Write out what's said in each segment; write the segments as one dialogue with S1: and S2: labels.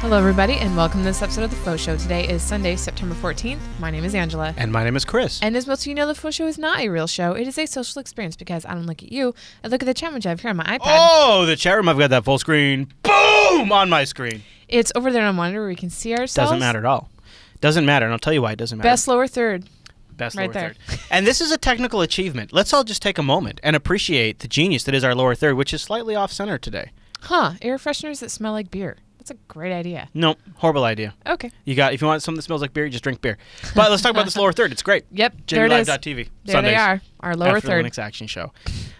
S1: Hello, everybody, and welcome to this episode of The Faux Show. Today is Sunday, September 14th. My name is Angela.
S2: And my name is Chris.
S1: And as most of you know, The Faux Show is not a real show. It is a social experience because I don't look at you, I look at the chat which I have here on my iPad.
S2: oh, the chat room! I've got that full screen. Boom on my screen.
S1: It's over there on a monitor where we can see ourselves.
S2: Doesn't matter at all. Doesn't matter, and I'll tell you why it doesn't matter.
S1: Best lower third.
S2: Best
S1: right
S2: lower
S1: there.
S2: third. And this is a technical achievement. Let's all just take a moment and appreciate the genius that is our lower third, which is slightly off center today.
S1: Huh, air fresheners that smell like beer. That's a great idea.
S2: Nope, horrible idea.
S1: Okay.
S2: You got if you want something that smells like beer, you just drink beer. But let's talk about this lower third. It's great.
S1: Yep, there it is.
S2: JamieLive.tv.
S1: There
S2: Sundays.
S1: they are, our lower
S2: after
S1: third.
S2: the Linux Action Show.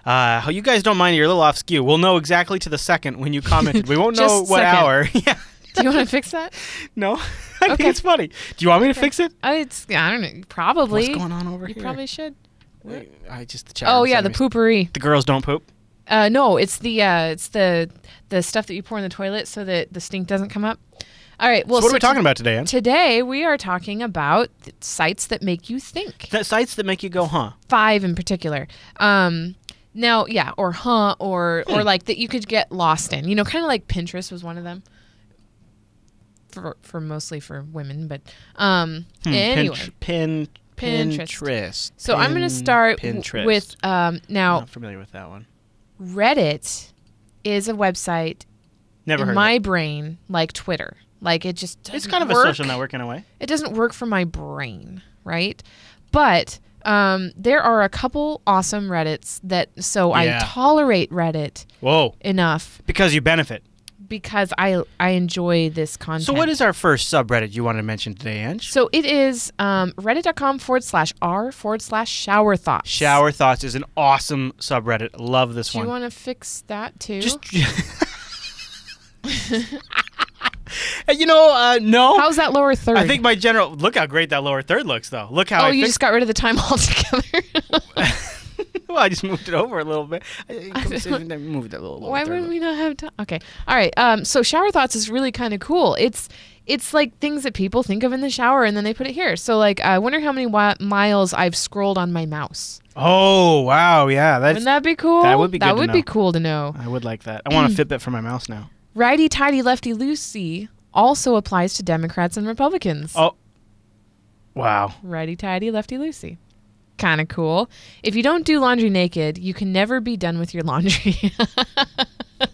S2: Uh, how you guys don't mind? You're a little off skew. We'll know exactly to the second when you commented. We won't know
S1: Just
S2: what
S1: second.
S2: hour. yeah.
S1: Do you want to fix that?
S2: No, I
S1: Okay.
S2: think it's funny. Do you want me to fix it?
S1: Uh, it's, I don't know. Probably.
S2: What's going on over
S1: You
S2: here?
S1: probably should.
S2: Wait, I just the chat
S1: Oh
S2: room
S1: yeah,
S2: sent
S1: the
S2: me-
S1: poopery.
S2: The girls don't poop.
S1: Uh, no, it's the uh, it's the the stuff that you pour in the toilet so that the stink doesn't come up. All right. Well,
S2: so what are we
S1: so
S2: talking about today, Ann?
S1: Today we are talking about th- sites that make you think.
S2: The sites that make you go, huh?
S1: Five in particular. Um, now, yeah, or huh, or or
S2: Hmm.
S1: like that you could get lost in. You know, kind of like Pinterest was one of them. For, for mostly for women, but um,
S2: Hmm,
S1: anyway.
S2: Pin, pin,
S1: Pinterest.
S2: Pinterest.
S1: So I'm going to
S2: Pin-
S1: start w-
S2: Pinterest.
S1: with um,
S2: I'm
S1: now
S2: not familiar with that one.
S1: Reddit is a website
S2: Never
S1: in
S2: heard.
S1: my
S2: of
S1: brain like Twitter. Like it just
S2: it. It's
S1: doesn't
S2: kind of
S1: work.
S2: a social network in a way.
S1: It doesn't work for my brain, right? But um, there are a couple awesome Reddits that so
S2: Yeah.
S1: I tolerate Reddit
S2: Whoa!
S1: enough
S2: Because you benefit.
S1: because I I enjoy this content.
S2: So what is our first subreddit you want to mention today, Ange?
S1: so it is um, reddit.com forward slash r forward slash shower thoughts.
S2: Shower thoughts is an awesome subreddit. Love this
S1: Do
S2: one.
S1: you want to fix that too?
S2: Just. you know, uh, no.
S1: How's that lower third?
S2: I think my general. Look how great that lower third looks, though. Look how
S1: oh,
S2: I
S1: you
S2: fixed-
S1: just got rid of the time altogether.
S2: well, I just moved it over a little bit. I, I considered I moved it a little. lower
S1: Why
S2: third
S1: would
S2: up.
S1: we not have time? Okay. All right. Um, so shower thoughts is really kind of cool. It's it's like things that people think of in the shower and then they put it here. So like I wonder how many wi- miles I've scrolled on my mouse.
S2: Oh wow, yeah, that's.
S1: Wouldn't that be cool?
S2: that would be
S1: That
S2: good to
S1: would be
S2: know.
S1: cool to know.
S2: I would like that. I want a Fitbit for my mouse now.
S1: Righty tighty lefty loosey also applies to Democrats and Republicans.
S2: Oh. Wow.
S1: Righty tighty lefty loosey. Kind of cool. If you don't do laundry naked, you can never be done with your laundry.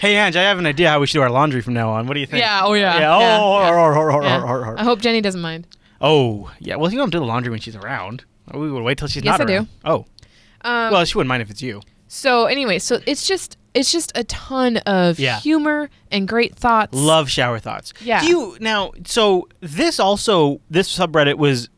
S2: Hey Ange, I have an idea how we should do our laundry from now on. What do you think?
S1: yeah. Oh yeah.
S2: Yeah. Oh.
S1: yeah,
S2: or- or- or- or-
S1: yeah.
S2: or- or-
S1: I hope Jenny doesn't mind.
S2: Oh. Yeah. Well, you don't do the laundry when she's around. We would wait till she's
S1: Yes,
S2: not
S1: I do.
S2: around. Oh.
S1: Um,
S2: well, she wouldn't mind if it's you.
S1: So anyway, so it's just it's just a ton of
S2: Yeah.
S1: humor and great thoughts.
S2: Love shower thoughts.
S1: Yeah.
S2: Do you now? So this also this subreddit was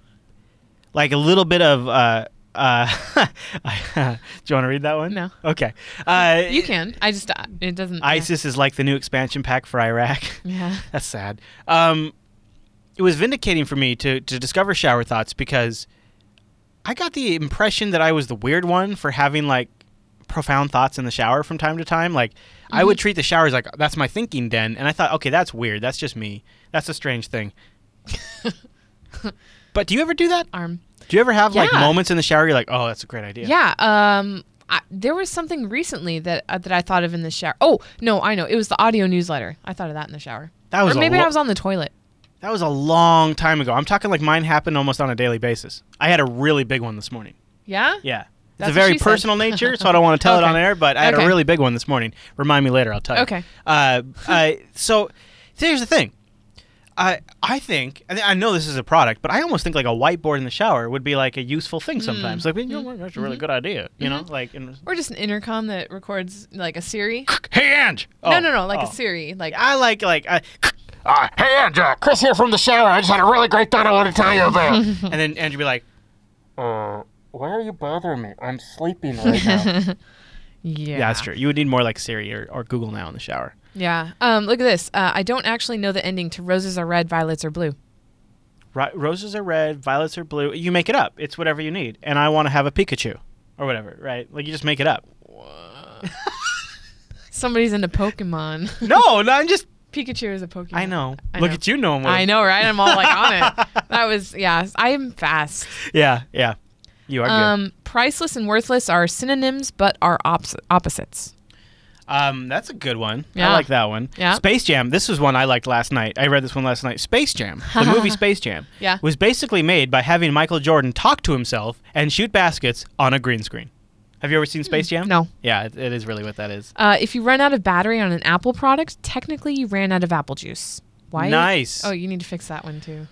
S2: like a little bit of. uh uh, do you want to read that one?
S1: No.
S2: Okay. Uh,
S1: You can. I just uh, it doesn't. yeah.
S2: ISIS is like the new expansion pack for Iraq.
S1: Yeah.
S2: That's sad. Um, it was vindicating for me to to discover shower thoughts because I got the impression that I was the weird one for having like profound thoughts in the shower from time to time. Like I
S1: Mm-hmm.
S2: would treat the showers like that's my thinking den, and I thought, okay, that's weird. That's just me. That's a strange thing. but do you ever do that?
S1: Arm.
S2: Do you ever have like
S1: Yeah.
S2: moments in the shower you're like, oh, that's a great idea?
S1: Yeah. Um. I, there was something recently that uh, that I thought of in the shower. Oh no, I know. It was the audio newsletter. I thought of that in the shower.
S2: That was
S1: or
S2: a
S1: maybe I
S2: lo-
S1: was on the toilet.
S2: That was a long time ago. I'm talking like mine happened almost on a daily basis. I had a really big one this morning.
S1: Yeah.
S2: Yeah.
S1: That's
S2: it's a
S1: what
S2: very
S1: she said.
S2: personal nature, so I don't want to tell it
S1: Okay.
S2: on air, but I had
S1: Okay.
S2: a really big one this morning. Remind me later, I'll tell you.
S1: Okay.
S2: Uh, I, so here's the thing. I I think I, thi- I know this is a product, but I almost think like a whiteboard in the shower would be like a useful thing
S1: Mm.
S2: sometimes. Like, you know,
S1: Mm-hmm.
S2: what, that's a really good idea. You know, like and,
S1: Or just an intercom that records like a Siri.
S2: hey Ange. Oh,
S1: no, no, no, like
S2: oh.
S1: a Siri. Like
S2: I like like I,
S3: Uh, hey, Andrew, Chris here from the shower. I just had a really great thought I want to tell you about.
S2: and then Ange would be like,
S3: uh, why are you bothering me? I'm sleeping right now.
S1: yeah.
S2: yeah, that's true. You would need more like Siri or, or Google now in the shower.
S1: Yeah. Um. Look at this. Uh, I don't actually know the ending to "Roses are red, violets are blue."
S2: Ri- roses are red, violets are blue. You make it up. It's whatever you need. And I want to have a Pikachu or whatever, right? Like you just make it up.
S1: Somebody's into Pokemon.
S2: no, no, I'm just.
S1: Pikachu is a Pokemon.
S2: I know.
S1: I
S2: Look
S1: know.
S2: at you knowing what.
S1: I know, right? I'm all like on it. That was yeah. I'm fast.
S2: Yeah, yeah. You are
S1: Um, priceless and worthless are synonyms, but are ops- opposites.
S2: good. Um, that's a good one. I
S1: Yeah.
S2: like that one.
S1: Yeah.
S2: Space Jam. This was one I liked last night. I read this one last night. Space Jam, the movie Space Jam,
S1: Yeah.
S2: was basically made by having Michael Jordan talk to himself and shoot baskets on a green screen. Have you ever seen Space Jam?
S1: Hmm. no.
S2: Yeah, it, it is really what that is.
S1: Uh, if you run out of battery on an Apple product, technically you ran out of apple juice. Why?
S2: Nice.
S1: Oh, you need to fix that one too.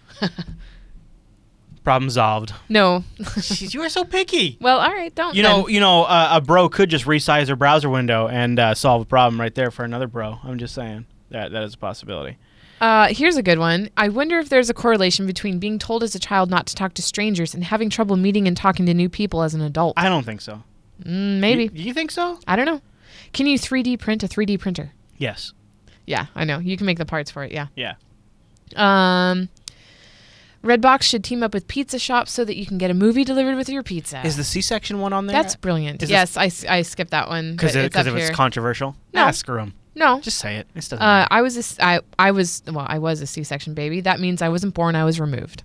S2: Problem solved.
S1: no.
S2: Jeez, you are so picky.
S1: well, all right. Don't.
S2: You
S1: then.
S2: know, you know, uh, a bro could just resize their browser window and uh, solve a problem right there for another bro. I'm just saying that that is a possibility.
S1: Uh, here's a good one. I wonder if there's a correlation between being told as a child not to talk to strangers and having trouble meeting and talking to new people as an adult.
S2: I don't think so.
S1: Mm, maybe.
S2: You, you think so?
S1: I don't know. Can you 3D print a 3D printer?
S2: Yes.
S1: Yeah, I know. You can make the parts for it. Yeah.
S2: Yeah.
S1: Um, Redbox should team up with pizza shops so that you can get a movie delivered with your pizza.
S2: Is the C-section one on there?
S1: That's brilliant.
S2: Is this-
S1: yes, I, s- I skipped that one
S2: because
S1: but
S2: it,
S1: it's
S2: cause
S1: up
S2: if it's
S1: here.
S2: controversial.
S1: No.
S2: Nah, screw 'em.
S1: no.
S2: Just say it. It doesn't.
S1: Uh,
S2: matter.
S1: I was a s I I was well. I was a C-section baby. That means I wasn't born. I was removed.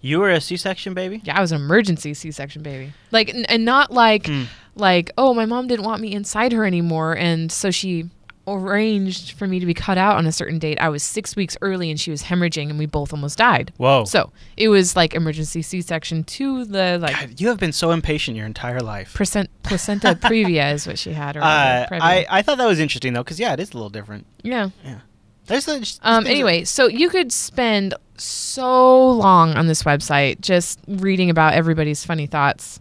S2: you were a C-section baby.
S1: Yeah, I was an emergency C-section baby. Like, n- and not like,
S2: Hmm.
S1: like, oh, my mom didn't want me inside her anymore, and so she arranged for me to be cut out on a certain date. I was six weeks early, and she was hemorrhaging, and we both almost died.
S2: Whoa.
S1: So it was like emergency C-section to the like
S2: God, you have been so impatient your entire life.
S1: percent placenta previa is what she had. Or
S2: Uh,
S1: whatever,
S2: I
S1: previa.
S2: I thought that was interesting though, because yeah, it is a little different.
S1: yeah.
S2: Yeah. There's the, just-
S1: Um,
S2: things that-
S1: anyway, so you could spend so long on this website just reading about everybody's funny thoughts.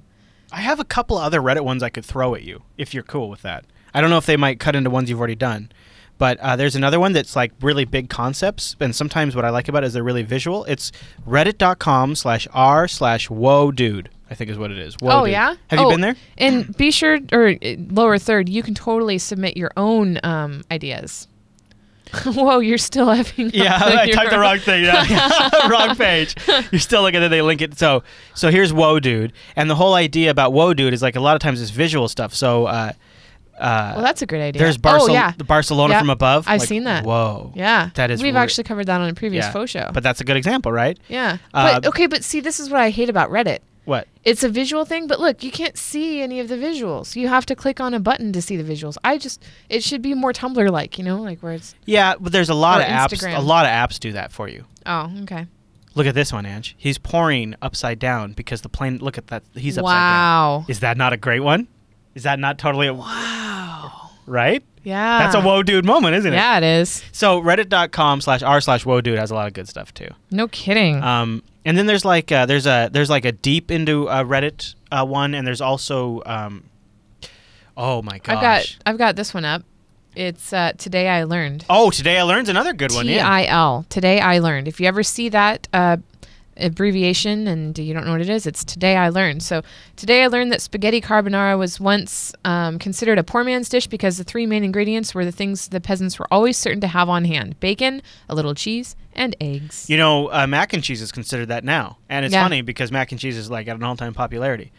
S2: I have a couple other Reddit ones I could throw at you if you're cool with that. I don't know if they might cut into ones you've already done, but uh, there's another one that's like really big concepts, and sometimes what I like about it is they're really visual. It's reddit.com slash r slash whoa dude, I think is what it is. Whoa
S1: oh
S2: dude.
S1: yeah.
S2: Have
S1: Oh,
S2: you been there?
S1: And be sure, or uh, lower third, you can totally submit your own um, ideas. Whoa, you're still having.
S2: Yeah, I typed the wrong thing. Yeah. wrong page. You're still looking at they link it. So so here's Whoa Dude, and the whole idea about Whoa Dude is like a lot of times it's visual stuff. So uh, uh,
S1: Well, that's a great idea.
S2: there's Barcel-
S1: Oh yeah,
S2: the Barcelona
S1: Yeah.
S2: from above.
S1: I've
S2: Like,
S1: seen that.
S2: Whoa,
S1: yeah.
S2: that is
S1: We've
S2: re-
S1: actually covered that on a previous
S2: Yeah.
S1: faux show.
S2: but that's a good example, right?
S1: yeah.
S2: uh,
S1: but okay, but see, this is what I hate about Reddit.
S2: What?
S1: It's a visual thing, but look, you can't see any of the visuals. You have to click on a button to see the visuals. I just, it should be more Tumblr like, you know, like where it's.
S2: Yeah, but there's a lot
S1: Or
S2: of apps.
S1: Instagram.
S2: A lot of apps do that for you.
S1: Oh, okay.
S2: Look at this one, Ange. He's pouring upside down because the plane. Look at that. He's upside down.
S1: wow.
S2: Is that not a great one? Is that not totally a
S1: Wow.
S2: right?
S1: Yeah.
S2: That's a whoa dude moment, isn't it?
S1: Yeah, it is.
S2: So reddit.com slash r slash whoa dude has a lot of good stuff too.
S1: No kidding.
S2: Um, and then there's like uh, there's a there's like a deep into uh, Reddit uh, one, and there's also um, oh my gosh.
S1: I've got I've got this one up. It's uh, today I learned.
S2: Oh, today I learned's another good one.
S1: T
S2: Yeah.
S1: I L. Today I learned. If you ever see that uh, abbreviation and you don't know what it is, it's today I learned. So today I learned that spaghetti carbonara was once um, considered a poor man's dish because the three main ingredients were the things the peasants were always certain to have on hand: bacon, a little cheese, and eggs.
S2: You know, uh, mac and cheese is considered that now, and it's
S1: Yeah.
S2: funny because mac and cheese is like at an all-time popularity.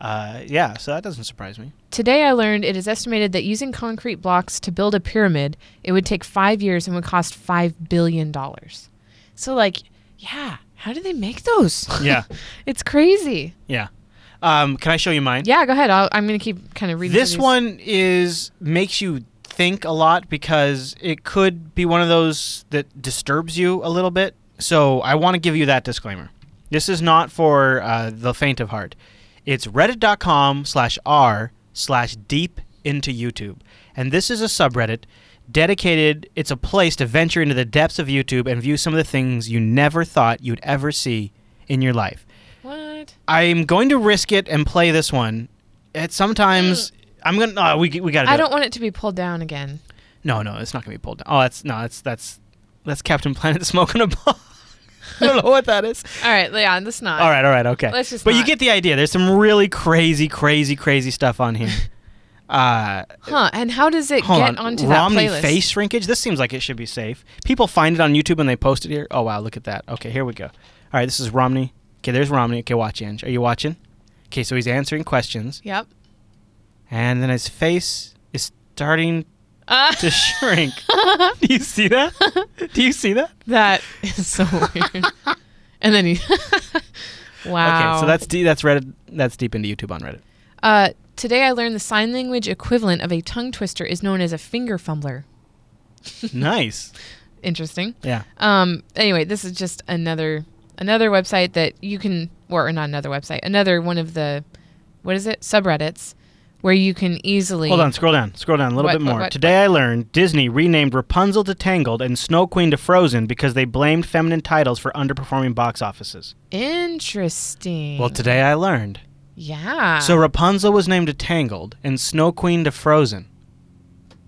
S2: Uh, yeah, so that doesn't surprise me.
S1: Today I learned it is estimated that using concrete blocks to build a pyramid, it would take five years and would cost five billion dollars. So like, yeah, how do they make those?
S2: Yeah.
S1: it's crazy.
S2: Yeah. Um, can I show you mine?
S1: Yeah, go ahead. I'll, I'm gonna keep kind of reading.
S2: This
S1: these.
S2: one is makes you think a lot because it could be one of those that disturbs you a little bit. So I want to give you that disclaimer. This is not for uh, the faint of heart. It's reddit.com slash r slash deep into YouTube. And this is a subreddit dedicated, it's a place to venture into the depths of YouTube and view some of the things you never thought you'd ever see in your life.
S1: What?
S2: I'm going to risk it and play this one. It sometimes I'm gonna. Uh, we we gotta. Do
S1: Mm. I don't
S2: It.
S1: want it to be pulled down again.
S2: No, no, it's not gonna be pulled down. Oh, that's no, that's that's that's Captain Planet smoking a bomb. I don't know what that is.
S1: All right, Leon, let's not.
S2: All right, all right, okay.
S1: Let's just
S2: but you
S1: not.
S2: get the idea. There's some really crazy, crazy, crazy stuff on here. uh,
S1: Huh? And how does it
S2: hold
S1: get
S2: on.
S1: onto
S2: Romney
S1: that playlist?
S2: face shrinkage. This seems like it should be safe. People find it on YouTube and they post it here. Oh wow, look at that. Okay, here we go. All right, this is Romney. Okay, there's Romney. Okay, watch Ange. Are you watching? Okay, so he's answering questions.
S1: Yep.
S2: and then his face is starting
S1: Uh,
S2: to shrink. Do you see that? Do you see that?
S1: that is so weird. and then he. wow.
S2: Okay, so that's deep, that's Reddit. That's deep into YouTube on Reddit.
S1: Uh, Today I learned the sign language equivalent of a tongue twister is known as a finger fumbler.
S2: nice.
S1: Interesting.
S2: Yeah.
S1: Um, anyway, this is just another another website that you can, or not another website, another one of the, what is it, subreddits, where you can easily.
S2: Hold on, scroll down, scroll down a little
S1: What,
S2: bit
S1: what,
S2: more.
S1: what?
S2: Today I learned Disney renamed Rapunzel to Tangled and Snow Queen to Frozen because they blamed feminine titles for underperforming box offices.
S1: Interesting.
S2: Well, today I learned.
S1: yeah.
S2: So Rapunzel was named to Tangled and Snow Queen to Frozen.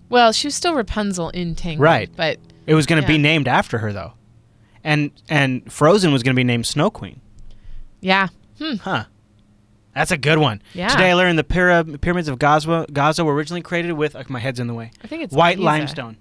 S1: well, she was still Rapunzel in Tangled,
S2: Right.
S1: But
S2: It was going to
S1: Yeah.
S2: be named after her though. And and Frozen was going to be named Snow Queen.
S1: yeah, hmm.
S2: Huh. That's a good one.
S1: Yeah.
S2: Today I learned the pyra- pyramids of Gaza Gaza were originally created with uh, my head's in the way.
S1: I think it's
S2: White
S1: Giza.
S2: limestone.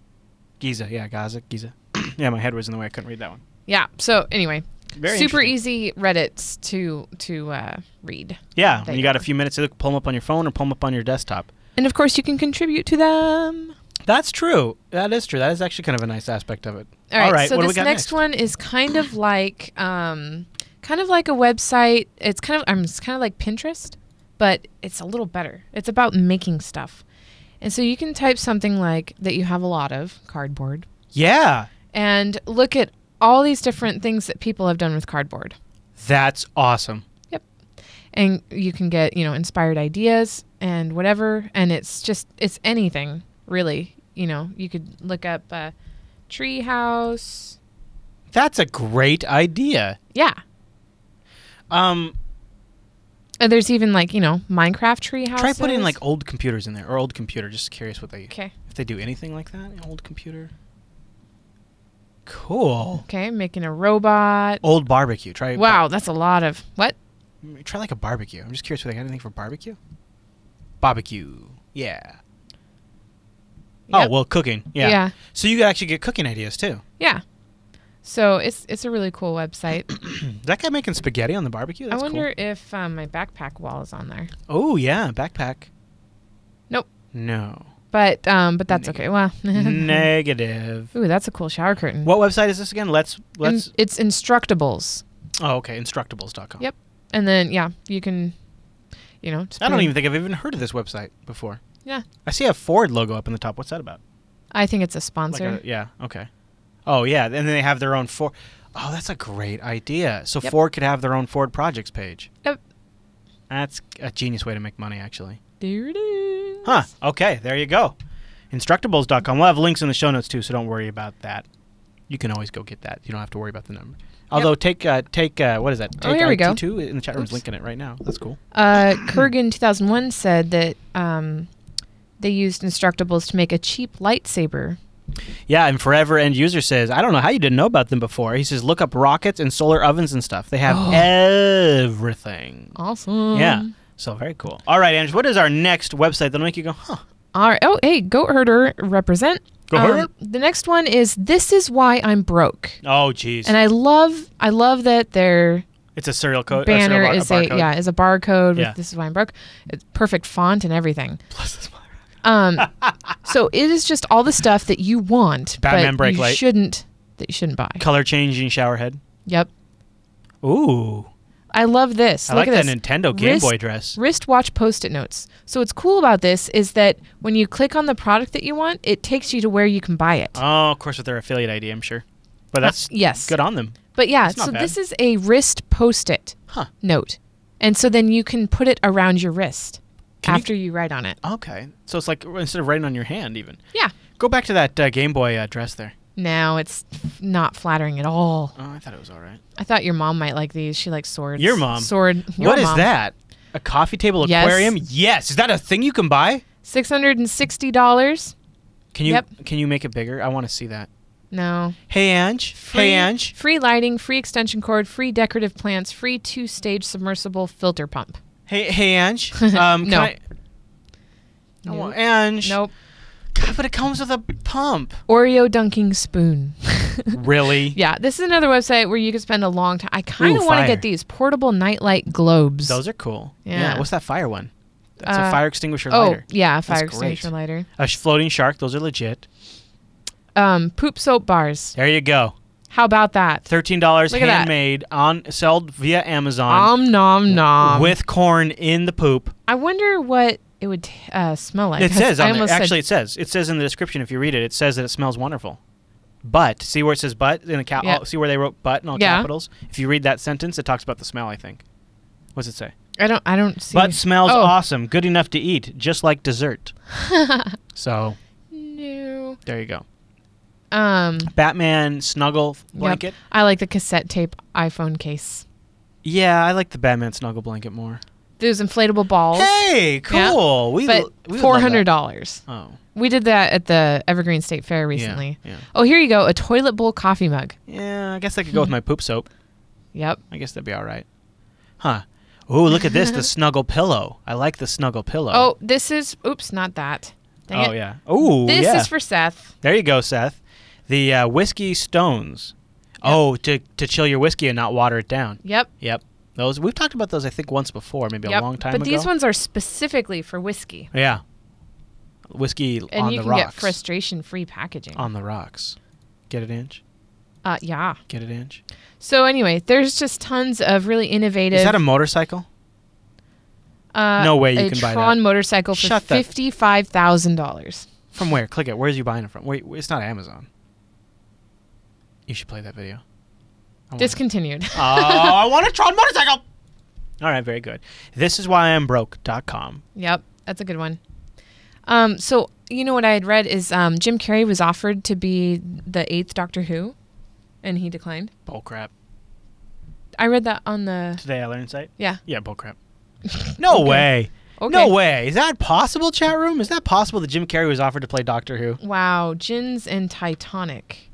S2: Giza, yeah, Gaza, Giza. yeah, my head was in the way. I couldn't read that one.
S1: Yeah. So anyway,
S2: Very
S1: super
S2: interesting.
S1: easy Reddit's to to uh, read,
S2: Yeah, when
S1: They
S2: you got a
S1: are.
S2: few minutes to look, pull them up on your phone or pull them up on your desktop.
S1: and of course you can contribute to them.
S2: That's true. That is true. That is actually kind of a nice aspect of it.
S1: All right. so
S2: what do we
S1: this
S2: got
S1: next,
S2: next?
S1: one is kind of like um, kind of like a website. It's kind of I'm it's kind of like Pinterest, but it's a little better. It's about making stuff, and so you can type something like that you have a lot of cardboard,
S2: Yeah,
S1: and look at all these different things that people have done with cardboard.
S2: that's awesome.
S1: and you can get you know inspired ideas and whatever and it's just it's anything really you know you could look up uh, tree house
S2: That's a great idea.
S1: yeah
S2: Um,
S1: and Uh, there's even like you know minecraft tree house
S2: try putting like old computers in there or old computer. Just curious what they
S1: okay
S2: if they do anything like that. Old computer. Cool.
S1: okay making a robot
S2: Old barbecue. Try
S1: wow that's a lot of what
S2: Try like a barbecue. I'm just curious. What they got anything for barbecue? Barbecue. Yeah. Oh
S1: Yep.
S2: well, cooking. Yeah.
S1: yeah
S2: So you could actually get cooking ideas too.
S1: yeah so it's it's a really cool website
S2: Is that guy making spaghetti on the barbecue?
S1: i
S2: That's
S1: wonder if um, my backpack wall is on there
S2: cool. Oh yeah, backpack.
S1: Nope.
S2: No.
S1: but um but that's
S2: Neg-
S1: okay well
S2: Negative.
S1: ooh that's a cool shower curtain
S2: What website is this again? Let's
S1: And
S2: let's.
S1: it's instructables
S2: Oh okay, instructables.com.
S1: Yep. And then yeah, you can, you know. just
S2: I
S1: put
S2: don't
S1: in-
S2: even think I've even heard of this website before.
S1: Yeah.
S2: I see a Ford logo up in the top. What's that about?
S1: I think it's a
S2: Like uh,
S1: sponsor.
S2: a, yeah. Okay. Oh yeah, and then they have their own Ford. Oh, that's a great idea. So
S1: Yep.
S2: Ford could have their own Ford projects page.
S1: Yep.
S2: That's a genius way to make money, actually.
S1: there it is.
S2: Huh. Okay. There you go. Instructables.com. We'll have links in the show notes too, so don't worry about that. You can always go get that. You don't have to worry about the number. Although take uh, take uh, what is that?
S1: Oh,
S2: Take
S1: here we go.
S2: Two in the chat room's
S1: Oops.
S2: linking it right now. That's cool.
S1: Uh, Kurgan 2001 said that um, they used Instructables to make a cheap lightsaber.
S2: Yeah, and forever end user says, I don't know how you didn't know about them before. He says, look up rockets and solar ovens and stuff. They have
S1: Oh.
S2: everything.
S1: Awesome.
S2: Yeah. So very cool. All right, Andrew, what is our next website that'll make you go, huh?
S1: All right. Oh, hey, goat herder represent. Um,
S2: Goat herder.
S1: the next one is this is why I'm broke,
S2: Oh, jeez.
S1: and I love I love that they're
S2: It's a serial code. Oh, a
S1: banner
S2: serial bar-
S1: is
S2: a
S1: a,
S2: barcode.
S1: yeah is a barcode
S2: Yeah.
S1: with this is why I'm broke. It's perfect font and everything.
S2: Plus this one.
S1: Um, so it is just all the stuff that you want,
S2: Batman
S1: but
S2: brake
S1: you
S2: light.
S1: shouldn't that you shouldn't buy.
S2: Color changing shower head.
S1: Yep,
S2: Ooh.
S1: I love this.
S2: I
S1: Look
S2: like
S1: at
S2: that
S1: this.
S2: Nintendo Game
S1: Wrist-
S2: Boy dress.
S1: Wristwatch post-it notes. So what's cool about this is that when you click on the product that you want, it takes you to where you can buy it.
S2: Oh, of course, with their affiliate ID, I'm sure. But that's
S1: Uh, yes.
S2: good on them.
S1: But yeah,
S2: It's not
S1: so
S2: bad.
S1: this is a wrist post-it
S2: Huh.
S1: note, and so then you can put it around your wrist
S2: Can you-
S1: after you, write on it.
S2: Okay. So it's like instead of writing on your hand, even.
S1: Yeah.
S2: Go back to that uh, Game Boy uh, dress there.
S1: No, it's not flattering at all.
S2: Oh, I thought it was all right.
S1: I thought your mom might like these. She likes swords.
S2: Your mom?
S1: Sword. Your
S2: What is
S1: mom.
S2: that? A coffee table
S1: Yes.
S2: aquarium? Yes. Is that a thing you can buy?
S1: Six hundred and sixty dollars.
S2: Can you
S1: Yep.
S2: can you make it bigger? I want to see that.
S1: No.
S2: Hey Ange.
S1: Free-
S2: Hey Ange.
S1: Free lighting, free extension cord, free decorative plants, free two-stage submersible filter pump.
S2: Hey Hey Ange. Um,
S1: No.
S2: Can I, I want Ange.
S1: Nope.
S2: God, but it comes with a pump.
S1: Oreo dunking spoon.
S2: Really?
S1: yeah, this is another website where you could spend a long time. I kind of
S2: Ooh,
S1: want to
S2: fire.
S1: get these portable nightlight globes.
S2: Those are cool.
S1: Yeah.
S2: What's that fire one? That's a
S1: Uh,
S2: fire extinguisher
S1: oh
S2: lighter.
S1: yeah, fire
S2: great.
S1: extinguisher lighter.
S2: A sh- floating shark. Those are legit.
S1: Um, poop soap bars.
S2: There you go.
S1: How about that?
S2: Thirteen dollars,
S1: Look at that.
S2: handmade, on sold via Amazon
S1: Om nom nom.
S2: with corn in the poop.
S1: I wonder what It would uh, smell like.
S2: It
S1: I-
S2: says
S1: I
S2: on there.
S1: almost said-
S2: Actually, it says it says in the description. If you read it, it says that it smells wonderful. But see where it says "but" in the cap.
S1: Yeah.
S2: all- See where they wrote "but" in all
S1: Yeah.
S2: capitals. If you read that sentence, it talks about the smell. I think. What's it say?
S1: I don't. I don't see.
S2: But smells
S1: Oh.
S2: awesome, good enough to eat, just like dessert. so
S1: No.
S2: there you go.
S1: Um.
S2: Batman snuggle
S1: yep.
S2: blanket.
S1: I like the cassette tape iPhone case.
S2: Yeah, I like the Batman snuggle blanket more.
S1: Those inflatable balls.
S2: Hey, cool. Oh. We
S1: but
S2: we would love that.
S1: four hundred dollars.
S2: Oh,
S1: We did that at the Evergreen State Fair
S2: yeah,
S1: recently.
S2: Yeah,
S1: Oh, here you go. A toilet bowl coffee mug.
S2: yeah. I guess I could go
S1: Hmm.
S2: with my poop soap.
S1: Yep.
S2: I guess that'd be all right. Huh. Ooh, look at this, the snuggle pillow. I like the snuggle pillow.
S1: Oh, this is. Oops, not that. Dang
S2: oh
S1: it.
S2: yeah. Ooh,
S1: This
S2: yeah.
S1: is for Seth.
S2: there you go, Seth. The uh, whiskey stones. Oh, to to chill your whiskey and not water it down.
S1: Yep.
S2: Yep. Those we've talked about those I think once before, maybe
S1: yep.
S2: a long time
S1: but
S2: ago.
S1: these ones are specifically for whiskey,
S2: Yeah. Whiskey
S1: and
S2: on
S1: you
S2: the
S1: can
S2: rocks.
S1: get frustration-free packaging.
S2: on the rocks. Get it, Ange?
S1: uh, yeah.
S2: Get it, Ange?
S1: So anyway, there's just tons of really innovative.
S2: Is that a motorcycle?
S1: uh,
S2: no way you
S1: a
S2: can buy that.
S1: Tron motorcycle for
S2: Shut the- Oh
S1: fifty-five thousand dollars.
S2: From where? Click it. Where's you buying it from? Wait, it's not Amazon. You should play that video. I want it.
S1: Discontinued.
S2: oh, I want a Tron motorcycle. All right, very good. This is why I'm broke.com.
S1: Yep, that's a good one. Um, so you know what I had read is um, Jim Carrey was offered to be the eighth Doctor Who, and he declined.
S2: Bull crap.
S1: I read that on the
S2: Today I learned sight.
S1: yeah.
S2: Yeah, bull crap. No way.
S1: Okay.
S2: No way. Is that possible, chat room? Is that possible that Jim Carrey was offered to play Doctor Who?
S1: Wow, Jins and Titanic.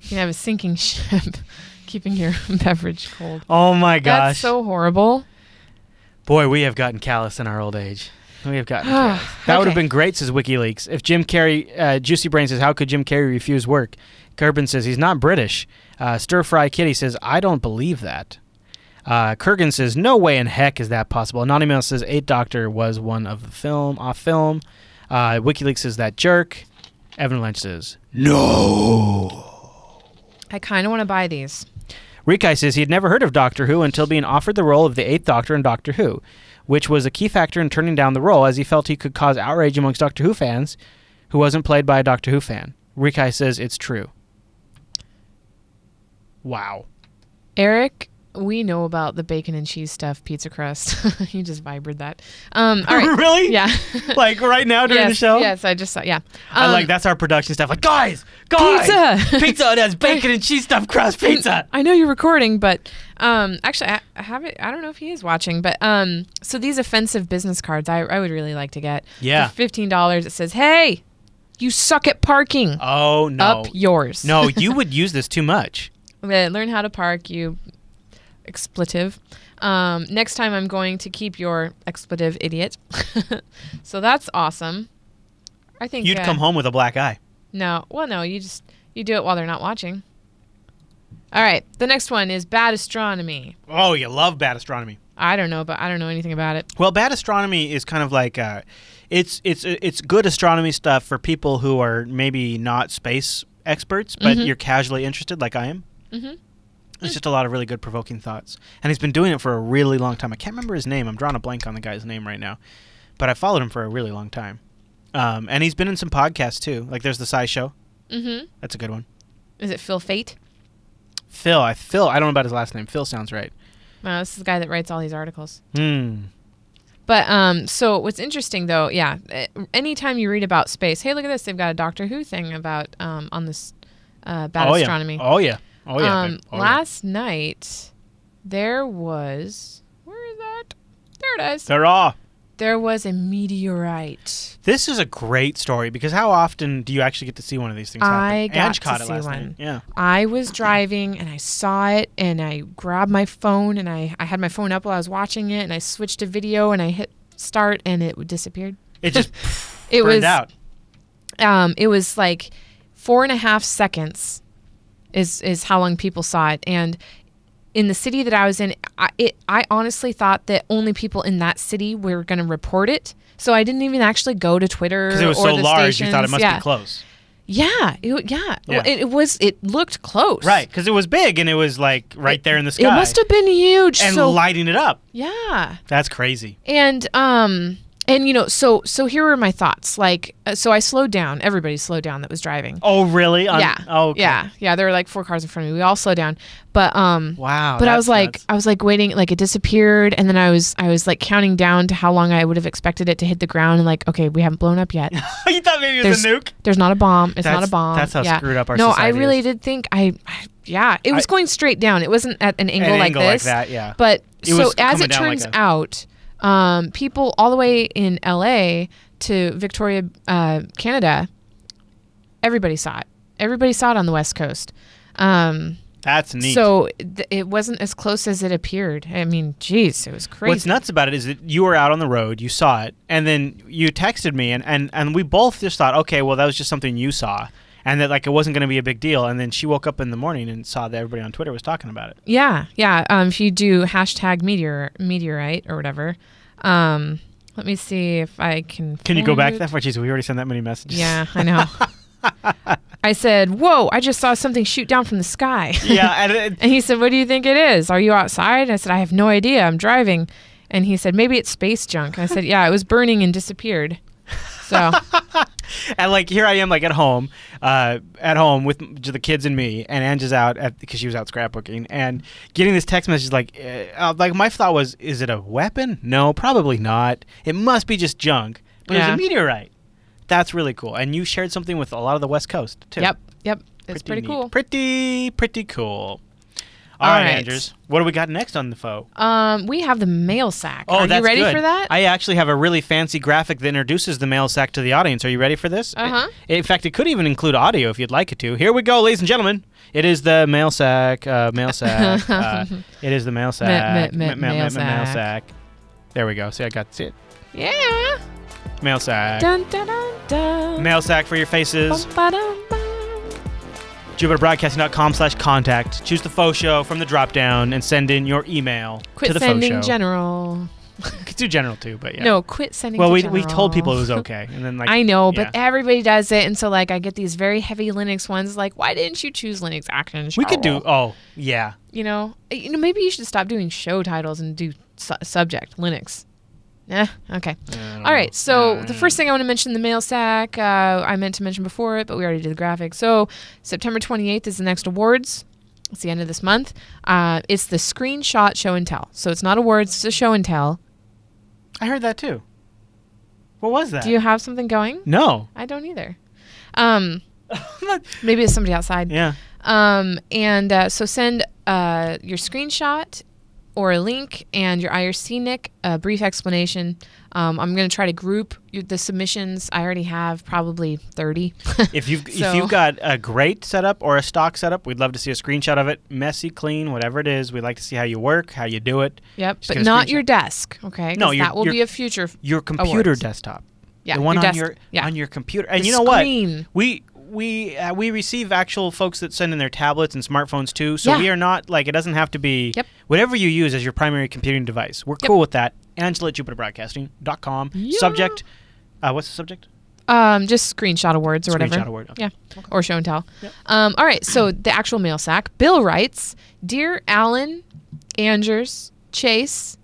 S1: You can have a sinking ship, keeping your beverage cold.
S2: Oh my
S1: That's
S2: gosh.
S1: so horrible.
S2: Boy, we have gotten callous in our old age. We have gotten callous. That would have
S1: Okay.
S2: been great, says WikiLeaks. If Jim Carrey, uh, Juicy Brain says, how could Jim Carrey refuse work? Kerbin says, he's not British. Uh, Stir Fry Kitty says, I don't believe that. Uh, Kurgan says, no way in heck is that possible. Anonymous says, Eight Doctor was one of the film, off film. Uh, WikiLeaks says, that jerk. Evan Lynch says, no.
S1: I kind of want to buy these.
S2: Rikai says he had never heard of Doctor Who until being offered the role of the Eighth Doctor in Doctor Who, which was a key factor in turning down the role as he felt he could cause outrage amongst Doctor Who fans who wasn't played by a Doctor Who fan. Rikai says it's true. Wow.
S1: Eric, we know about the bacon and cheese stuff, pizza crust. you just vibrated that. Um, all right.
S2: really?
S1: Yeah.
S2: like right now during
S1: yes,
S2: the show?
S1: Yes, I just saw. Yeah.
S2: I
S1: Um,
S2: like that's our production stuff. Like, guys, guys,
S1: Pizza!
S2: pizza that has bacon and cheese stuffed crust pizza.
S1: I know you're recording, but um, actually, I, I haven't. I don't know if he is watching, but um, so these offensive business cards, I, I would really like to get.
S2: Yeah.
S1: For fifteen dollars. It says, "Hey, you suck at parking.
S2: Oh no.
S1: Up yours.
S2: no, you would use this too much.
S1: Uh, Learn how to park. You expletive. Um, next time, I'm going to keep your expletive idiot. so that's awesome. I think
S2: You'd
S1: uh,
S2: come home with a black eye.
S1: No. Well, no, you just you do it while they're not watching. All right. The next one is bad astronomy.
S2: Oh, you love bad astronomy.
S1: I don't know, but I don't know anything about it.
S2: Well, bad astronomy is kind of like uh, it's it's it's good astronomy stuff for people who are maybe not space experts,
S1: Mm-hmm.
S2: but you're casually interested, like I am.
S1: Mhm.
S2: It's just a lot of really good provoking thoughts, and he's been doing it for a really long time. I can't remember his name. I'm drawing a blank on the guy's name right now, but I followed him for a really long time, um, and he's been in some podcasts too. Like there's the Sci Show.
S1: Mhm.
S2: That's a good one.
S1: Is it Phil Fate?
S2: Phil, I Phil, I don't know about his last name. Phil sounds right.
S1: No, this is the guy that writes all these articles.
S2: Hmm.
S1: But um, so what's interesting though, yeah, eh, anytime you read about space, hey, look at this, they've got a Doctor Who thing about um on this uh, bad
S2: oh
S1: astronomy.
S2: yeah. Oh yeah. Oh yeah.
S1: um,
S2: babe. Oh, yeah.
S1: last night there was where is that? There it is.
S2: They're off.
S1: There was a meteorite.
S2: This is a great story because how often do you actually get to see one of these things happen?
S1: I got to
S2: Ange caught it
S1: see
S2: last
S1: one.
S2: night. Yeah.
S1: I was driving and I saw it and I grabbed my phone and I, I had my phone up while I was watching it and I switched to video and I hit start and it disappeared.
S2: It just
S1: It
S2: burned
S1: was
S2: out.
S1: um it was like four and a half seconds is is how long people saw it and in the city that I was in, I, it, I honestly thought that only people in that city were going to report it. So I didn't even actually go to Twitter
S2: Because it was
S1: or
S2: so
S1: the
S2: large, you thought it
S1: stations.
S2: must
S1: yeah.
S2: be close.
S1: Yeah, it, yeah.
S2: Yeah.
S1: Well, it, it was. It looked close.
S2: Right, because it was big and it was like right there in the sky.
S1: It must have been huge.
S2: and
S1: so
S2: lighting it up.
S1: yeah,
S2: That's crazy.
S1: and um, and you know, so so here were my thoughts. Like, uh, so I slowed down. Everybody slowed down that was driving.
S2: Oh, really? On-
S1: yeah.
S2: Oh, okay.
S1: yeah, yeah. There were like four cars in front of me. We all slowed down, but um,
S2: Wow.
S1: but I
S2: that's
S1: was like,
S2: nuts.
S1: I was like waiting, like it disappeared, and then I was, I was like counting down to how long I would have expected it to hit the ground, and like, okay, we haven't blown up yet.
S2: you thought maybe it was a
S1: there's-
S2: nuke?
S1: There's not a bomb. It's not
S2: That's-
S1: a bomb.
S2: that's how
S1: yeah.
S2: screwed up our
S1: No, I
S2: society
S1: really
S2: is.
S1: did think I, I yeah, it was
S2: I-
S1: going straight down. It wasn't at an angle
S2: An
S1: like
S2: angle
S1: this.
S2: like that, yeah.
S1: But
S2: It
S1: so as
S2: was coming
S1: it
S2: down like
S1: turns
S2: a-
S1: out, um, people all the way in L.A. to Victoria, uh, Canada, everybody saw it. Everybody saw it on the West Coast. Um,
S2: That's neat.
S1: so th- it wasn't as close as it appeared. I mean, geez, it was crazy.
S2: What's nuts about it is that you were out on the road, you saw it, and then you texted me, and, and, and we both just thought, okay, well, that was just something you saw, and that like it wasn't going to be a big deal. And then she woke up in the morning and saw that everybody on Twitter was talking about it.
S1: Yeah, yeah. Um, if you do hashtag meteor meteorite or whatever, um, let me see if I can.
S2: Can you go back
S1: find-
S2: that far? Jeez, we already sent that many messages.
S1: Yeah, I know. I said, "Whoa! I just saw something shoot down from the sky."
S2: yeah. And it,
S1: and he said, "What do you think it is? Are you outside?" And I said, "I have no idea. I'm driving." And he said, "Maybe it's space junk." And I said, "Yeah, it was burning and disappeared." So
S2: and like here I am, like at home, uh, at home with m- the kids and me, and Ange is out at because she was out scrapbooking, and getting this text message like, eh, uh, like my thought was, is it a weapon? No, probably not. It must be just junk. But it was
S1: Yeah.
S2: a meteorite. That's really cool. And you shared something with a lot of the West Coast too.
S1: yep, yep, it's pretty,
S2: neat.
S1: cool.
S2: Pretty pretty cool.
S1: All
S2: All right,
S1: right.
S2: Andrews. What do we got next on the foe?
S1: Um, we have the mail sack.
S2: Oh,
S1: Are
S2: that's
S1: you ready
S2: good.
S1: for that?
S2: I actually have a really fancy graphic that introduces the mail sack to the audience. Are you ready for this?
S1: Uh-huh.
S2: I- In fact, it could even include audio if you'd like it to. Here we go, ladies and gentlemen. It is the mail sack. Uh, mail sack. uh, it is the mail sack.
S1: ma-
S2: Ma- ma-
S1: mail
S2: ma- ma-
S1: sack.
S2: There we go. See, I got see it.
S1: yeah.
S2: Mail sack.
S1: Dun, dun, dun, dun.
S2: Mail sack for your faces.
S1: Bum, ba, dum, bum.
S2: JupiterBroadcasting.com slash contact. Choose the faux show from the drop down and send in your email to
S1: Quit
S2: the
S1: sending
S2: faux show.
S1: general.
S2: Could do general too, but yeah.
S1: No, quit sending.
S2: Well,
S1: to
S2: we,
S1: general.
S2: we told people it was okay, and then like
S1: I know, but
S2: yeah.
S1: everybody does it, and so like I get these very heavy Linux ones. Like, why didn't you choose Linux Action?
S2: we could do.
S1: Show?
S2: Oh yeah,
S1: You know, Uh, you know, maybe you should stop doing show titles and do su- subject Linux. Eh, okay. All
S2: Oh,
S1: right. So the first thing I want to mention the mail sack. Uh, I meant to mention before it, but we already did the graphic. So September 28th is the next awards. It's the end of this month. Uh, it's the screenshot show and tell. So it's not awards. It's a show and tell.
S2: I heard that too. What was that?
S1: Do you have something going?
S2: no.
S1: I don't either. Um, maybe it's somebody outside.
S2: yeah.
S1: Um, and uh, so send uh, your screenshot or a link and your IRC nick, a brief explanation. Um, I'm going to try to group y- the submissions. I already have probably 30.
S2: If you've
S1: So-
S2: if you've got a great setup or a stock setup, we'd love to see a screenshot of it. Messy, clean, whatever it is. We'd like to see how you work, how you do it.
S1: Yep,
S2: Just
S1: but
S2: get a
S1: not
S2: screenshot.
S1: your desk, okay? 'Cause
S2: No, your-
S1: that will
S2: your-
S1: be a future. f-
S2: Your computer
S1: Awards.
S2: desktop.
S1: Yeah,
S2: the one
S1: your
S2: on
S1: desk.
S2: your
S1: yeah.
S2: on your computer. And
S1: The
S2: you know
S1: screen.
S2: what? We we uh, we receive actual folks that send in their tablets and smartphones too. So
S1: Yeah.
S2: we are not like it doesn't have to be
S1: Yep.
S2: whatever you use as your primary computing device. We're
S1: Yep.
S2: cool with that. Angela at jupiterbroadcasting.com.
S1: Yeah.
S2: Subject. Uh, what's the subject?
S1: Um, just screenshot awards or whatever.
S2: Screenshot award, okay.
S1: Yeah. Or show and tell. Um, all right. So the actual mail sack. Bill writes, "Dear Alan, Angers, Chase,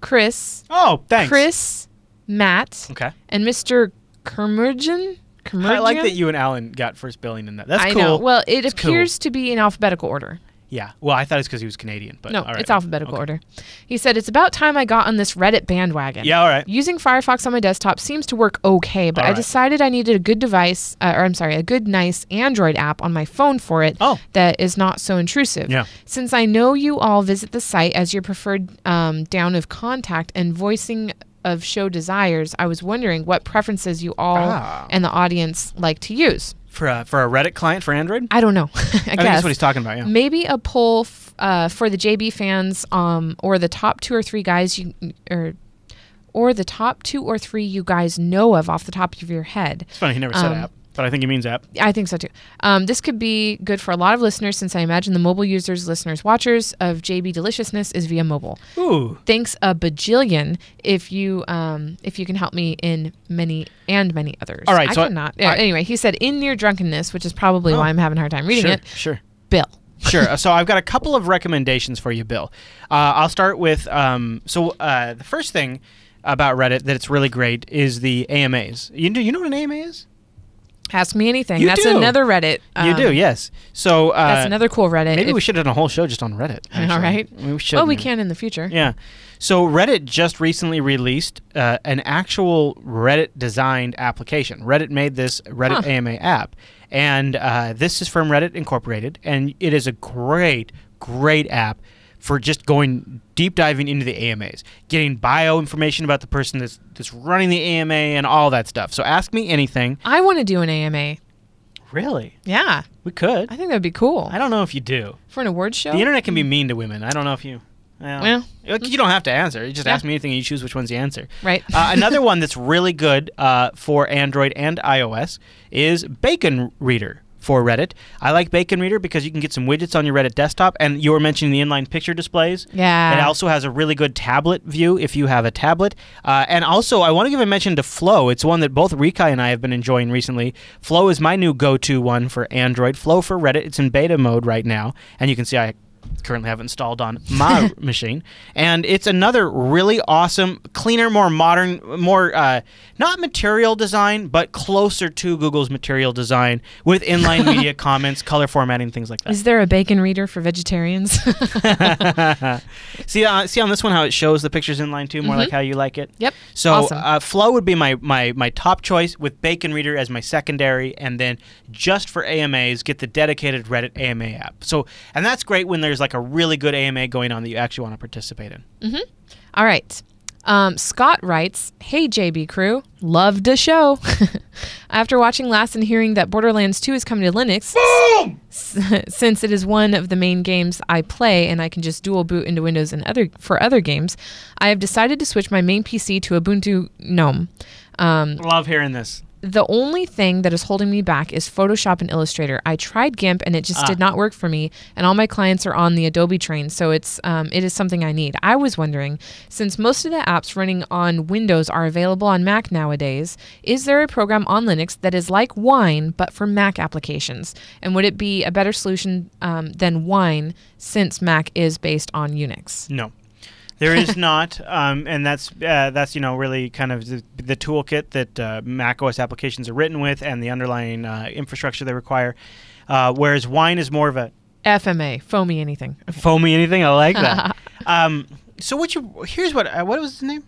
S1: Chris,
S2: Oh, thanks.
S1: Chris, Matt,
S2: Okay.
S1: and Mr. Kermurgeon. Kermurgeon.
S2: I like that you and Alan got first billing in that. That's
S1: I
S2: cool.
S1: know. Well, it
S2: cool.
S1: appears to be in alphabetical order.
S2: yeah. Well, I thought it's because he was Canadian, but
S1: No,
S2: all right.
S1: it's alphabetical
S2: Okay.
S1: order. He said, It's about time I got on this Reddit bandwagon.
S2: Yeah, all right.
S1: Using Firefox on my desktop seems to work okay, but
S2: All
S1: I
S2: right.
S1: decided I needed a good device, uh, or I'm sorry, a good, nice Android app on my phone for it
S2: Oh.
S1: that is not so intrusive.
S2: Yeah.
S1: Since I know you all visit the site as your preferred um, down of contact and voicing of show desires, I was wondering what preferences you all
S2: Ah.
S1: and the audience like to use.
S2: For a, for a Reddit client for Android?
S1: I don't know. I, guess.
S2: I think that's what he's talking about, yeah.
S1: Maybe a poll f- uh, for the JB fans, um, or the top two or three guys you or or the top two or three you guys know of off the top of your head.
S2: It's funny he never said
S1: Um,
S2: app. but I think he means app.
S1: I think so too. Um, this could be good for a lot of listeners since I imagine the mobile users, listeners, watchers of JB Deliciousness is via mobile.
S2: Ooh.
S1: Thanks a bajillion if you um, if you can help me in many and many others.
S2: All right,
S1: I
S2: so I-
S1: cannot.
S2: all
S1: yeah,
S2: right.
S1: anyway, he said in near drunkenness, which is probably why I'm having a hard time reading
S2: Sure.
S1: it.
S2: Sure.
S1: Bill.
S2: Sure. Uh, so I've got a couple of recommendations for you, Bill. Uh, I'll start with um, so uh, the first thing about Reddit that it's really great is the AMAs. You do you know what an AMA is?
S1: Ask me anything.
S2: You
S1: that's
S2: do.
S1: another Reddit.
S2: you
S1: um,
S2: do, yes. So uh,
S1: That's another cool Reddit.
S2: Maybe
S1: If-
S2: we should have done a whole show just on Reddit.
S1: All
S2: actually.
S1: right.
S2: I mean, we should.
S1: Oh, we
S2: maybe.
S1: can in the future.
S2: Yeah. So Reddit just recently released uh, an actual Reddit designed application. Reddit made this Reddit
S1: Huh.
S2: AMA app. And uh, this is from Reddit Incorporated. And it is a great, great app for just going deep diving into the AMAs, getting bio information about the person that's, that's running the AMA and all that stuff. So ask me anything.
S1: I want to do an AMA.
S2: Really?
S1: Yeah,
S2: We could.
S1: I think that'd be cool
S2: I don't know if you do.
S1: for an award show.
S2: The internet can be mean to women. I don't know if you. Well,
S1: Hmm. Well.
S2: you don't have to answer. You just
S1: Yeah.
S2: ask me anything, and you choose which one's the answer.
S1: Right.
S2: uh, another one that's really good uh, for Android and iOS is Bacon Reader for Reddit. I like Bacon Reader because you can get some widgets on your Reddit desktop, and you were mentioning the inline picture displays.
S1: Yeah.
S2: It also has a really good tablet view if you have a tablet. Uh, and also, I want to give a mention to Flow. It's one that both Rikai and I have been enjoying recently. Flow is my new go-to one for Android. Flow for Reddit. It's in beta mode right now, and you can see I currently have it installed on my machine. And it's another really awesome, cleaner, more modern, more uh, not material design, but closer to Google's material design with inline media comments, color formatting, things like that.
S1: Is there a bacon reader for vegetarians?
S2: see, uh, see on this one how it shows the pictures in line too, more like how you like it.
S1: Mm-hmm. Yep.
S2: So
S1: Awesome.
S2: uh, Flow would be my, my my top choice with Bacon Reader as my secondary, and then just for AMAs, get the dedicated Reddit AMA app. So and that's great when there's like a really good AMA going on that you actually want to participate in.
S1: All right. Um, Scott writes, Hey, JB crew, loved the show. After watching last and hearing that Borderlands 2 is coming to Linux, s- since it is one of the main games I play and I can just dual boot into Windows and other for other games, I have decided to switch my main PC to Ubuntu GNOME. Um,
S2: Love hearing this.
S1: the only thing that is holding me back is Photoshop and Illustrator. I tried GIMP and it just did not work for me. And all my clients are on the Adobe train, so it's um, it is something I need. I was wondering, since most of the apps running on Windows are available on Mac nowadays, is there a program on Linux that is like Wine but for Mac applications? And would it be a better solution um, than Wine since Mac is based on Unix?
S2: No. There is not, um, and that's uh, that's you know really kind of the, the toolkit that uh, Mac OS applications are written with, and the underlying uh, infrastructure they require. Uh, whereas Wine is more of a
S1: FMA, foamy anything.
S2: foamy anything. I like that. um, so what you here's what uh, what was his name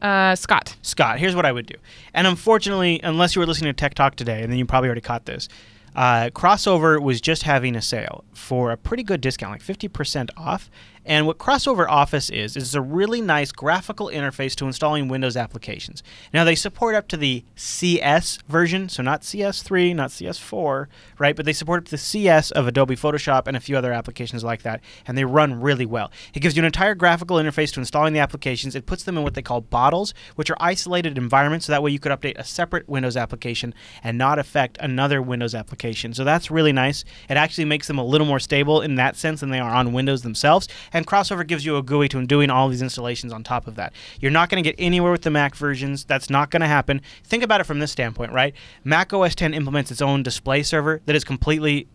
S1: Uh, Scott.
S2: Scott. Here's what I would do. And unfortunately, unless you were listening to Tech Talk today, and then you probably already caught this. Uh, Crossover was just having a sale for a pretty good discount, like 50% off. And what Crossover Office is, is a really nice graphical interface to installing Windows applications. Now, they support up to the CS version, so not CS3, not CS4, right? But they support up to the CS of Adobe Photoshop and a few other applications like that, and they run really well. It gives you an entire graphical interface to installing the applications. It puts them in what they call bottles, which are isolated environments, so that way you could update a separate Windows application and not affect another Windows application. So that's really nice. It actually makes them a little more stable in that sense than they are on Windows themselves. And Crossover gives you a GUI to doing all these installations on top of that. You're not going to get anywhere with the Mac versions. That's not going to happen. Think about it from this standpoint, right? Mac OS 10 implements its own display server that is completely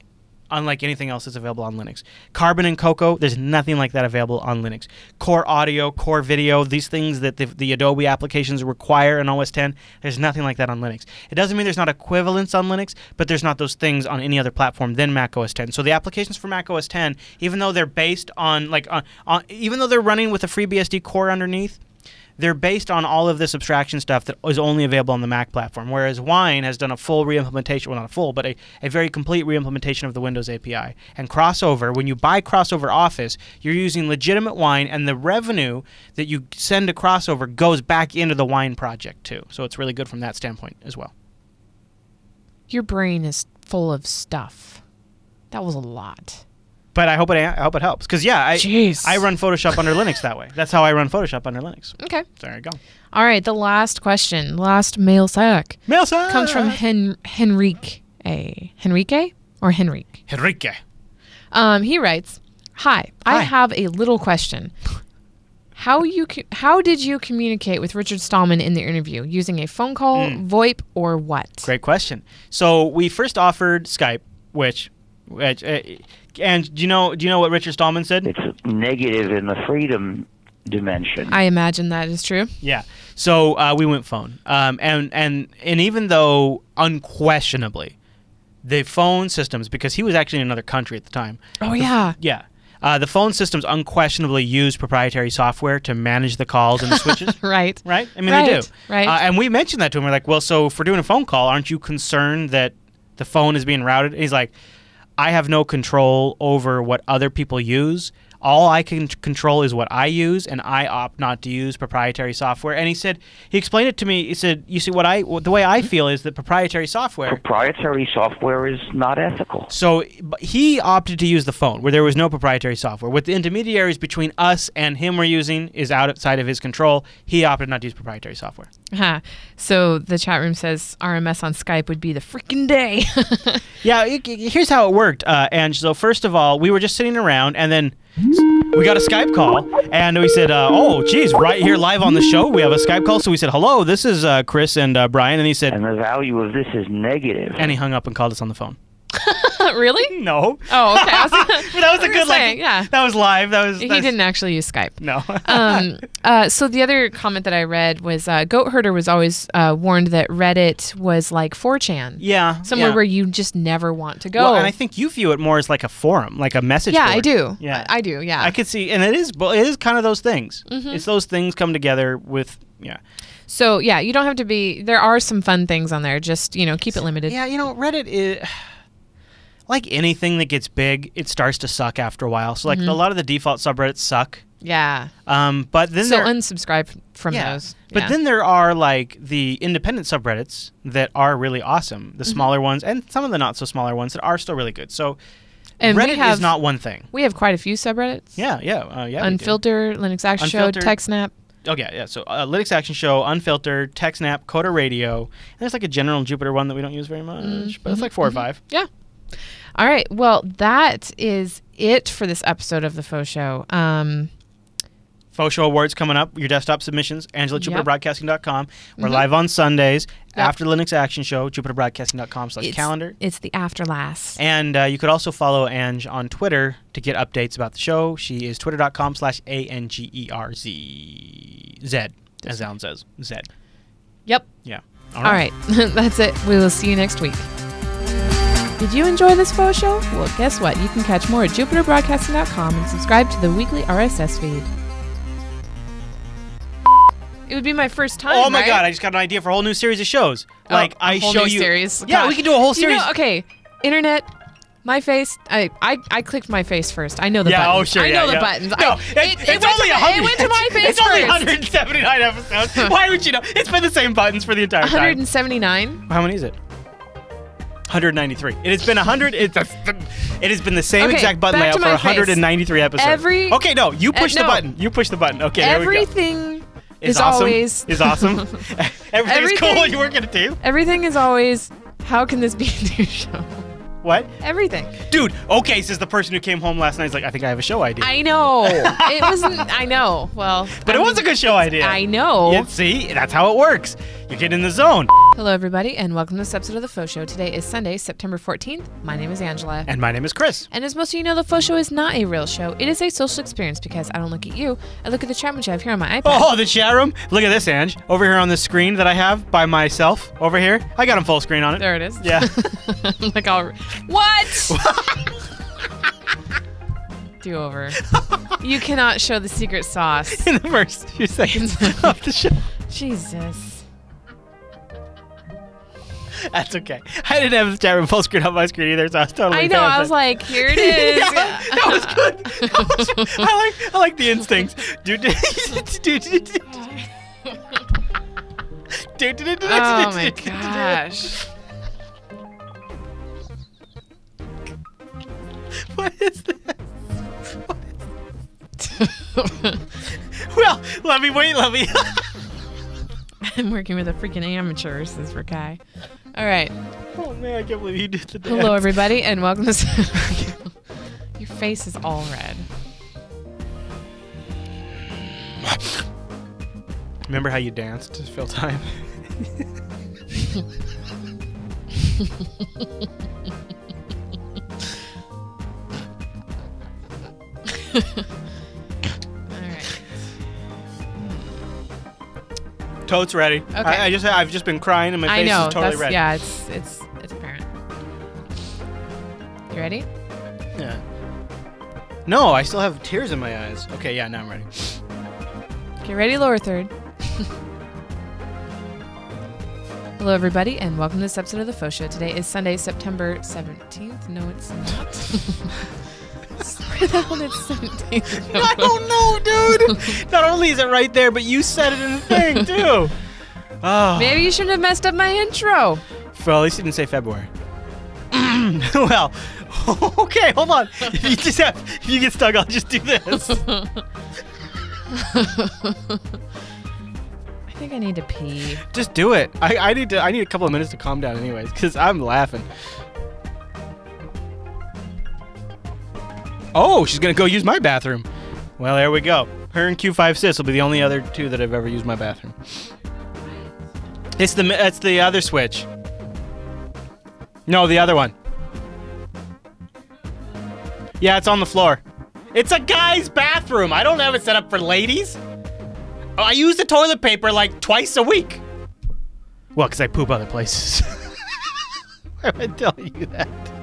S2: unlike anything else that's available on Linux. Carbon and Cocoa, there's nothing like that available on Linux. Core audio, core video, these things that the, the Adobe applications require in OS 10, there's nothing like that on Linux. It doesn't mean there's not equivalence on Linux, but there's not those things on any other platform than Mac OS 10. So the applications for Mac OS 10, even though they're based on like on, on even though they're running with a FreeBSD core underneath, they're based on all of this abstraction stuff that is only available on the Mac platform. Whereas Wine has done a full reimplementation, well, not a full, but a, a very complete reimplementation of the Windows API. And Crossover, when you buy Crossover Office, you're using legitimate Wine, and the revenue that you send to Crossover goes back into the Wine project too. So it's really good from that standpoint as well.
S1: Your brain is full of stuff. That was a lot.
S2: But I hope it I hope it helps because yeah, I
S1: Jeez.
S2: I run Photoshop under Linux that way. That's how I run Photoshop under Linux.
S1: Okay.
S2: There you go.
S1: All right. The last question, last mail sack,
S2: Mail sack
S1: comes from Hen- Henrique. A. Henrique or Henrique?
S2: Henrique.
S1: Um, he writes, "Hi, I
S2: Hi.
S1: have a little question. How you co- how did you communicate with Richard Stallman in the interview? Using a phone call, VoIP, or what?
S2: Great question. So we first offered Skype, which, which uh, and do you know do you know what Richard Stallman said?
S4: It's negative in the freedom dimension.
S1: I imagine that is true.
S2: Yeah. So uh, we went phone, um, and and and even though unquestionably, the phone systems because he was actually in another country at the time.
S1: Oh yeah,
S2: Yeah. Uh, the phone systems unquestionably use proprietary software to manage the calls and the switches.
S1: right.
S2: Right? I mean, they
S1: Right,
S2: do.
S1: right.
S2: Uh, and we mentioned that to him. We're like, well, so if we're doing a phone call, aren't you concerned that the phone is being routed? And he's like, I have no control over what other people use. All I can t- control is what I use, and I opt not to use proprietary software. And he said, he explained it to me. He said, you see, what I, the way I feel is that proprietary software
S4: Proprietary software is not ethical.
S2: so but he opted to use the phone where there was no proprietary software. What the intermediaries between us and him were using is outside of his control. He opted not to use proprietary software.
S1: Huh. So the chat room says RMS on Skype would be the freaking day.
S2: Yeah, it- it- here's how it worked, uh, Ange. So first of all, we were just sitting around, and then we got a Skype call, and we said, uh, "Oh, geez, right here live on the show, we have a Skype call." So we said, "Hello, this is uh, Chris and uh, Brian," and he said,
S4: And the value of this is negative.
S2: and he hung up and called us on the phone.
S1: really?
S2: No,
S1: Oh, okay. I was-
S2: but that was a
S1: I
S2: good
S1: saying,
S2: like,
S1: yeah.
S2: that was live. That was
S1: he
S2: that's-
S1: didn't actually use Skype.
S2: No. Uh-huh.
S1: um, uh, so the other comment that I read was uh, Goat Herder was always uh, warned that Reddit was like 4chan.
S2: yeah,
S1: Somewhere
S2: yeah.
S1: where you just never want to go.
S2: Well, and I think you view it more as like a forum, like a message.
S1: yeah, I
S2: board.
S1: do.
S2: Yeah.
S1: I, Mm-hmm. I do. Yeah.
S2: I could see, and it is, but it is kind of those things. It's those things come together with, yeah,
S1: so yeah, you don't have to be. There are some fun things on there. Just you know, keep it limited.
S2: yeah. You know, Reddit is like anything that gets big, it starts to suck after a while. So like
S1: Mm-hmm.
S2: a lot of the default subreddits suck,
S1: Yeah.
S2: um, but then
S1: So
S2: there,
S1: unsubscribe from
S2: yeah.
S1: those.
S2: But
S1: Yeah.
S2: then there are like the independent subreddits that are really awesome,
S1: Mm-hmm.
S2: the smaller ones, and some of the not so smaller ones that are still really good. So
S1: and
S2: Reddit
S1: we have
S2: is not one thing.
S1: we have quite a few subreddits.
S2: Yeah, yeah, uh, yeah. we do.
S1: Unfiltered, Linux Action
S2: Unfiltered.
S1: Show, TechSnap.
S2: Oh yeah, yeah. So uh, Linux Action Show, Unfiltered, TechSnap, Coda Radio, and there's like a general Jupiter one that we don't use very much, but
S1: Mm-hmm.
S2: it's like 4 or five.
S1: Yeah. All right. Well, that is it for this episode of the Faux Show. Um,
S2: Faux Show Awards coming up. Your desktop submissions, AngelaJupiterBroadcasting.com. We're live on Sundays
S1: Mm-hmm. Yep.
S2: after Linux Action Show, JupiterBroadcasting.com slash
S1: it's,
S2: calendar.
S1: It's the after last.
S2: And uh, you could also follow Ange on Twitter to get updates about the show. She is twitter.com slash A-N-G-E-R-Z. E Z, as Alan says. Z.
S1: Yep.
S2: Yeah.
S1: All right. That's it. We will see you next week. Did you enjoy this faux show? Well, guess what? You can catch more at jupiterbroadcasting.com and subscribe to the weekly RSS feed. It would be my first time.
S2: Oh my
S1: right?
S2: God! I just got an idea for a whole new series of shows. like
S1: I
S2: I show you.
S1: series.
S2: Yeah,
S1: God.
S2: we can do a whole
S1: You know,
S2: series.
S1: okay, internet. My face. I, I I clicked my face first. I know the
S2: Yeah,
S1: buttons.
S2: oh sure.
S1: I
S2: yeah,
S1: know the
S2: yeah.
S1: buttons.
S2: No,
S1: I,
S2: it, it's
S1: went
S2: only
S1: to,
S2: a
S1: my-
S2: hundred.
S1: It went to my face
S2: It's only
S1: first.
S2: 179 episodes. Why would you know? It's been the same buttons for the entire time.
S1: 179.
S2: How many is it? 193. It has been 100. It's a, it has been the same
S1: Okay,
S2: exact button
S1: back
S2: layout
S1: to
S2: for
S1: my face.
S2: 193 episodes.
S1: Every- uh,
S2: okay, no, you push
S1: no.
S2: the button. You push the button. Okay, there we go.
S1: Everything is
S2: It's awesome.
S1: always
S2: Is awesome. Everything's cool.
S1: Everything-
S2: You work at a team.
S1: everything is always. How can this be a new show?
S2: What?
S1: Everything.
S2: Dude, okay, says the person who came home last night. He's like, I think I have a show idea.
S1: I know. it wasn't. I know. Well,
S2: but
S1: I
S2: it was a
S1: mean,
S2: good show idea.
S1: I know.
S2: Yeah, see, that's how it works. You get in the zone.
S1: Hello, everybody, and welcome to this episode of the Faux Show. Today is Sunday, September 14th. My name is Angela.
S2: And my name is Chris.
S1: And as most of you know, the Faux Show is not a real show. It is a social experience because I don't look at you. I look at the chat which I have here on my iPad.
S2: Oh, the chat room. Look at this, Ange. Over here on the screen that I have by myself. Over here. I got him full screen on it.
S1: There it is.
S2: Yeah.
S1: I'm like, all. What? Do over. you cannot show the secret sauce.
S2: In the first few seconds of the show.
S1: Jesus.
S2: That's okay. I didn't have the chat room full screen on my screen either, so I was totally
S1: I know.
S2: fine with
S1: I was
S2: it.
S1: like, here it is.
S2: Oh,
S1: Oh,
S2: Yeah, that was good. That was- I like I like the instincts. Do do do do do do. Do, do, do, do, do,
S1: Oh my
S2: do, do, do, do.
S1: gosh.
S2: What is this? Well, let me wait, let me.
S1: I'm working with a freaking amateur, says Rakai. All right.
S2: oh man, I can't believe you did the dance.
S1: Hello, everybody, and welcome to. Your face is all red.
S2: Remember how you danced to fill time?
S1: All right.
S2: Toad's ready. Okay. I, I just I've just been crying and my
S1: I
S2: face
S1: know.
S2: is totally
S1: that's,
S2: red.
S1: Yeah, it's it's it's apparent. You ready?
S2: Yeah. No, I still have tears in my eyes. Okay, yeah, now I'm ready.
S1: Get ready, lower third. Hello, everybody, and welcome to this episode of the Faux Show. Today is Sunday, September 17th. No, it's not. Sorry, the hell it's 17th.
S2: I don't know, dude. Not only is it right there, but you said it in the thing too. Oh,
S1: Maybe you shouldn't have messed up my intro.
S2: well, at least you didn't say February. well, okay, hold on. If you just have, if you get stuck, I'll just do this.
S1: I think I need to pee.
S2: just do it. I, I need to. I need a couple of minutes to calm down, anyways, because I'm laughing. Oh, she's gonna go use my bathroom. Well, there we go. Her and Q5 Sis will be the only other two that have ever used my bathroom. It's the it's the other switch. No, the other one. Yeah, it's on the floor. It's a guy's bathroom. I don't have it set up for ladies. I use the toilet paper like twice a week. Well, because I poop other places. I would tell you that.